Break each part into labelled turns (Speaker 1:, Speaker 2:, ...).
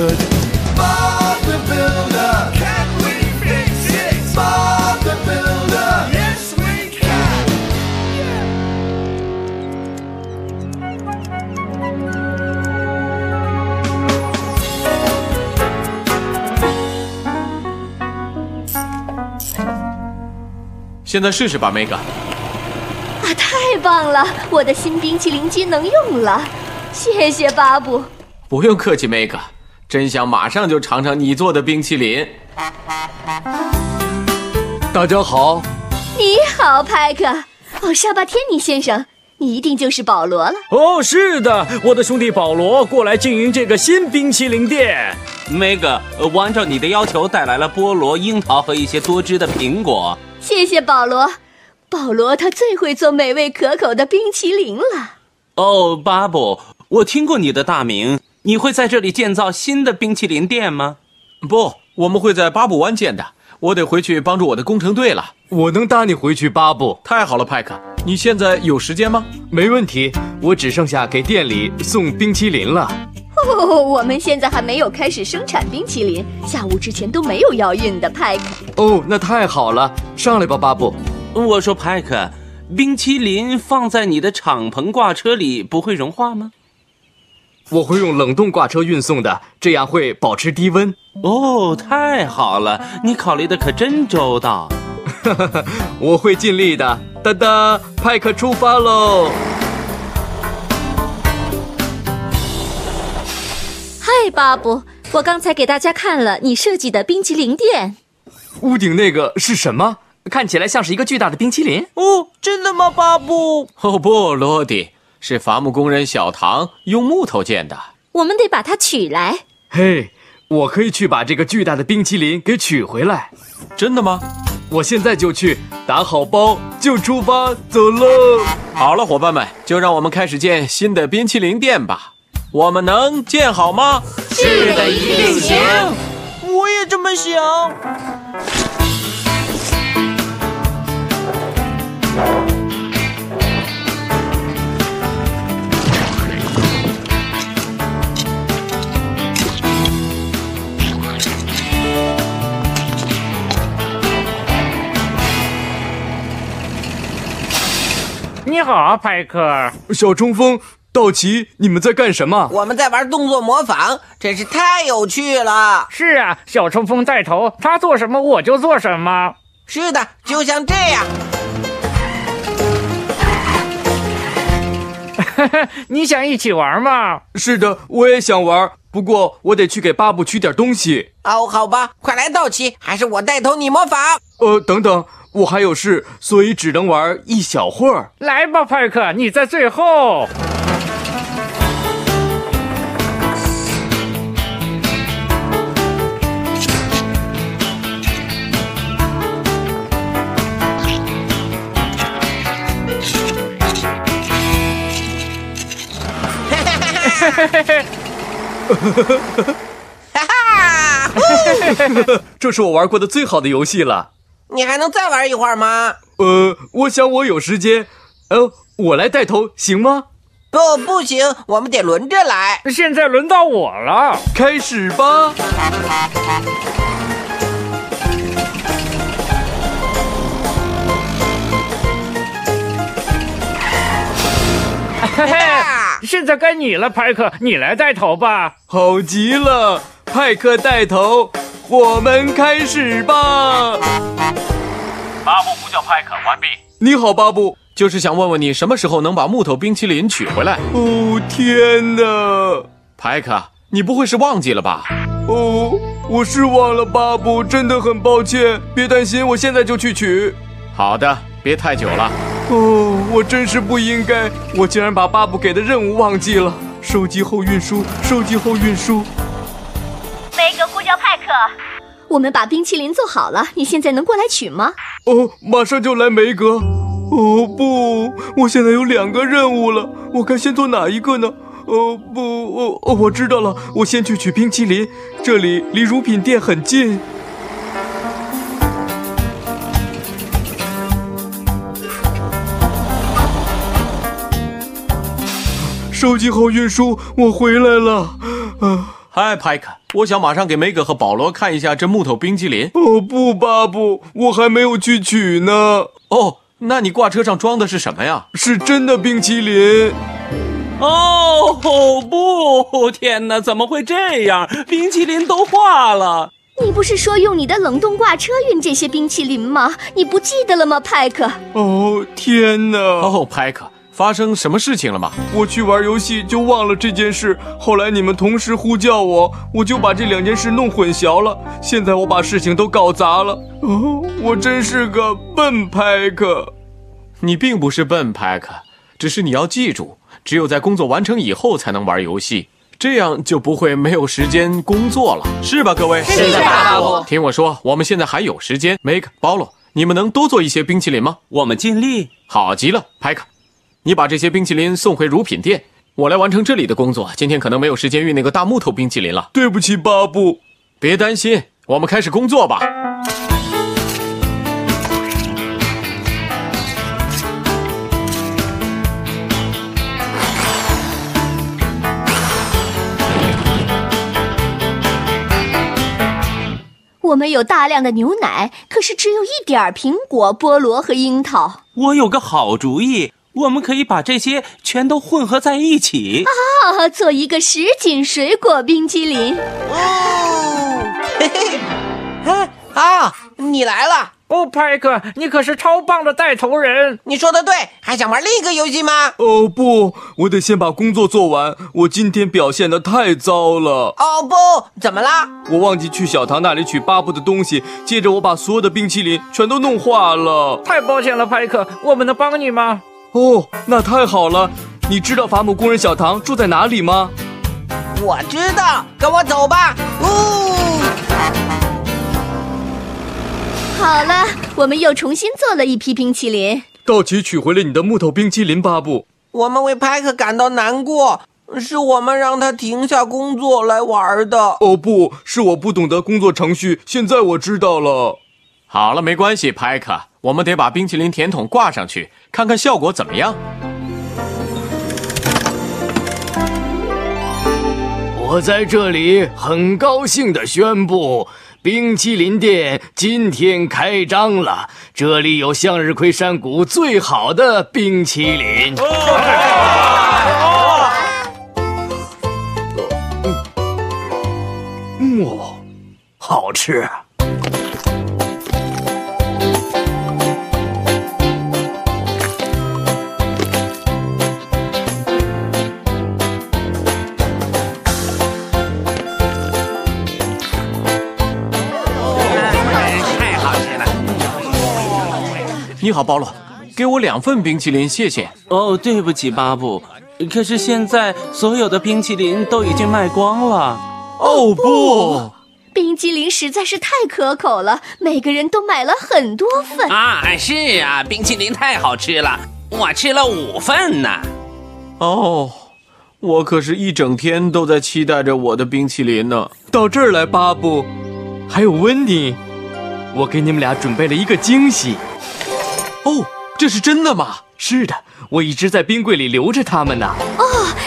Speaker 1: Bob the Builder. Can we fix it? Bob the Builder. Yes, we can.
Speaker 2: 现在试试吧，Mega。
Speaker 3: 啊，太棒了！我的新冰淇淋机能用了，谢谢巴布。
Speaker 2: 不用客气，Mega。真想马上就尝尝你做的冰淇淋。
Speaker 4: 大家好，
Speaker 3: 你好，派克。哦，沙巴天尼先生，你一定就是保罗了。
Speaker 5: 哦，是的，我的兄弟保罗过来经营这个新冰淇淋店。
Speaker 6: Meg，呃我按照你的要求带来了菠萝、樱桃和一些多汁的苹果。
Speaker 3: 谢谢保罗。保罗他最会做美味可口的冰淇淋了。
Speaker 6: 哦，巴布，我听过你的大名，你会在这里建造新的冰淇淋店吗？
Speaker 2: 不，我们会在巴布湾见的。我得回去帮助我的工程队了。
Speaker 4: 我能搭你回去，巴布，
Speaker 2: 太好了，派克，你现在有时间吗？
Speaker 4: 没问题。我只剩下给店里送冰淇淋了。
Speaker 3: 哦，我们现在还没有开始生产冰淇淋，下午之前都没有要运的，派克。
Speaker 4: 哦，那太好了，上来吧，巴布。
Speaker 6: 我说，派克，冰淇淋放在你的敞篷挂车里不会融化吗？
Speaker 4: 我会用冷冻挂车运送的，这样会保持低温。
Speaker 6: 哦，太好了，你考虑的可真周到。
Speaker 4: 我会尽力的。哒哒，派克出发喽！
Speaker 3: 嗨，巴布，我刚才给大家看了你设计的冰淇淋店。
Speaker 4: 屋顶那个是什么？看起来像是一个巨大的冰淇淋。
Speaker 6: 哦，真的吗，巴布？
Speaker 2: 哦不，罗迪，是伐木工人小唐用木头建的。
Speaker 3: 我们得把它取来。
Speaker 4: 嘿，我可以去把这个巨大的冰淇淋给取回来。
Speaker 2: 真的吗？
Speaker 4: 我现在就去打好包，就出发走喽。
Speaker 2: 好了，伙伴们，就让我们开始建新的冰淇淋店吧。我们能建好吗？
Speaker 3: 是的，一定行。
Speaker 7: 我也这么想。
Speaker 5: 你好，派克。
Speaker 4: 小冲锋，道奇，你们在干什么？
Speaker 7: 我们在玩动作模仿，真是太有趣了。
Speaker 5: 是啊，小冲锋带头，他做什么我就做什么。
Speaker 7: 是的，就像这样。
Speaker 5: 你想一起玩吗？
Speaker 4: 是的，我也想玩，不过我得去给巴布取点东西。
Speaker 7: 哦，好吧，快来，道奇，还是我带头，你模仿。
Speaker 4: 呃，等等，我还有事，所以只能玩一小会儿。
Speaker 5: 来吧，派克，你在最后。
Speaker 7: 哈哈，呼
Speaker 4: 这是我玩过的最好的游戏了。
Speaker 7: 你还能再玩一会儿吗？
Speaker 4: 呃，我想我有时间，呃，我来带头行吗？
Speaker 7: 不，哦不行，我们得轮着来。
Speaker 5: 现在轮到我了。
Speaker 4: 开始吧。
Speaker 5: 嘿嘿
Speaker 7: 啊，
Speaker 5: 现在该你了，派克，你来带头吧。
Speaker 4: 好极了，派克带头，我们开始吧。
Speaker 8: 巴布呼叫派克，完毕。
Speaker 4: 你好，巴布。
Speaker 2: 就是想问问你什么时候能把木头冰淇淋取回来。
Speaker 4: 哦天哪！
Speaker 2: 派克，你不会是忘记了吧？
Speaker 4: 哦，我失望了，巴布，真的很抱歉。别担心，我现在就去取。
Speaker 2: 好的，别太久了。
Speaker 4: 哦，我真是不应该，我竟然把巴布给的任务忘记了。收集后运输，收集后运输。
Speaker 9: 梅格呼叫派克，
Speaker 3: 我们把冰淇淋做好了，你现在能过来取吗？
Speaker 4: 哦，马上就来梅格。哦不，我现在有两个任务了，我该先做哪一个呢？哦不，哦哦，我知道了，我先去取冰淇淋，这里离乳品店很近。收集后运输，我回来了。啊，
Speaker 2: 嗨，派克，我想马上给梅格和保罗看一下这木头冰激凌。
Speaker 4: 哦不，巴布，我还没有去取呢。
Speaker 2: 哦，那你挂车上装的是什么呀？
Speaker 4: 是真的冰淇淋。
Speaker 6: 哦不，天哪，怎么会这样？冰淇淋都化了。
Speaker 3: 你不是说用你的冷冻挂车运这些冰淇淋吗？你不记得了吗，派克？
Speaker 4: 哦天哪！
Speaker 2: 哦，派克，发生什么事情了吗？
Speaker 4: 我去玩游戏就忘了这件事，后来你们同时呼叫我，我就把这两件事弄混淆了。现在我把事情都搞砸了。哦，我真是个笨派克。
Speaker 2: 你并不是笨，派克，只是你要记住，只有在工作完成以后才能玩游戏，这样就不会没有时间工作了，是吧，各位？
Speaker 7: 是的，巴布。
Speaker 2: 听我说，我们现在还有时间。梅克、保罗，你们能多做一些冰淇淋吗？
Speaker 6: 我们尽力。
Speaker 2: 好极了，派克，你把这些冰淇淋送回乳品店，我来完成这里的工作。今天可能没有时间运那个大木头冰淇淋了。
Speaker 4: 对不起，巴布。
Speaker 2: 别担心，我们开始工作吧。
Speaker 3: 我们有大量的牛奶，可是只有一点儿苹果、菠萝和樱桃。
Speaker 6: 我有个好主意，我们可以把这些全都混合在一起。
Speaker 3: 啊，做一个什锦水果冰淇淋。
Speaker 7: 哦，嘿嘿，哎啊，你来了！
Speaker 5: 哦，派克，你可是超棒的带头人。
Speaker 7: 你说的对，还想玩另一个游戏吗？
Speaker 4: 哦不，我得先把工作做完。我今天表现的太糟了，
Speaker 7: 哦不，怎么啦？
Speaker 4: 我忘记去小唐那里取巴布的东西，接着我把所有的冰淇淋全都弄化了。
Speaker 5: 太抱歉了，派克，我们能帮你吗？
Speaker 4: 哦，那太好了。你知道伐木工人小唐住在哪里吗？
Speaker 7: 我知道，跟我走吧。哦，
Speaker 3: 好了，我们又重新做了一批冰淇淋。
Speaker 4: 道奇取回了你的木头冰淇淋，巴布。
Speaker 7: 我们为派克感到难过，是我们让他停下工作来玩的。
Speaker 4: 哦不，是我不懂得工作程序，现在我知道了。
Speaker 2: 好了，没关系，派克，我们得把冰淇淋甜筒挂上去，看看效果怎么样。
Speaker 10: 我在这里很高兴地宣布，冰淇淋店今天开张了。这里有向日葵山谷最好的冰淇淋。嗯，哦，好吃。啊
Speaker 7: 太好吃了！
Speaker 2: 你好，保罗，给我两份冰淇淋，谢谢。
Speaker 6: 哦，对不起，巴布，可是现在所有的冰淇淋都已经卖光了。
Speaker 2: 哦不，
Speaker 3: 冰激凌实在是太可口了，每个人都买了很多份。
Speaker 8: 啊，是啊，冰淇淋太好吃了，我吃了五份呢。
Speaker 2: 哦，我可是一整天都在期待着我的冰淇淋呢。
Speaker 4: 到这儿来，巴布，还有温妮，我给你们俩准备了一个惊喜。
Speaker 2: 哦，这是真的吗？
Speaker 4: 是的，我一直在冰柜里留着它们呢。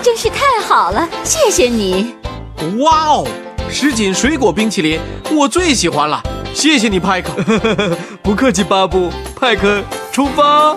Speaker 3: 真是太好了，谢谢你。
Speaker 2: 哇哦，什锦水果冰淇淋，我最 喜欢了，谢谢你，派克。
Speaker 4: 不客气，巴布，派克，出发。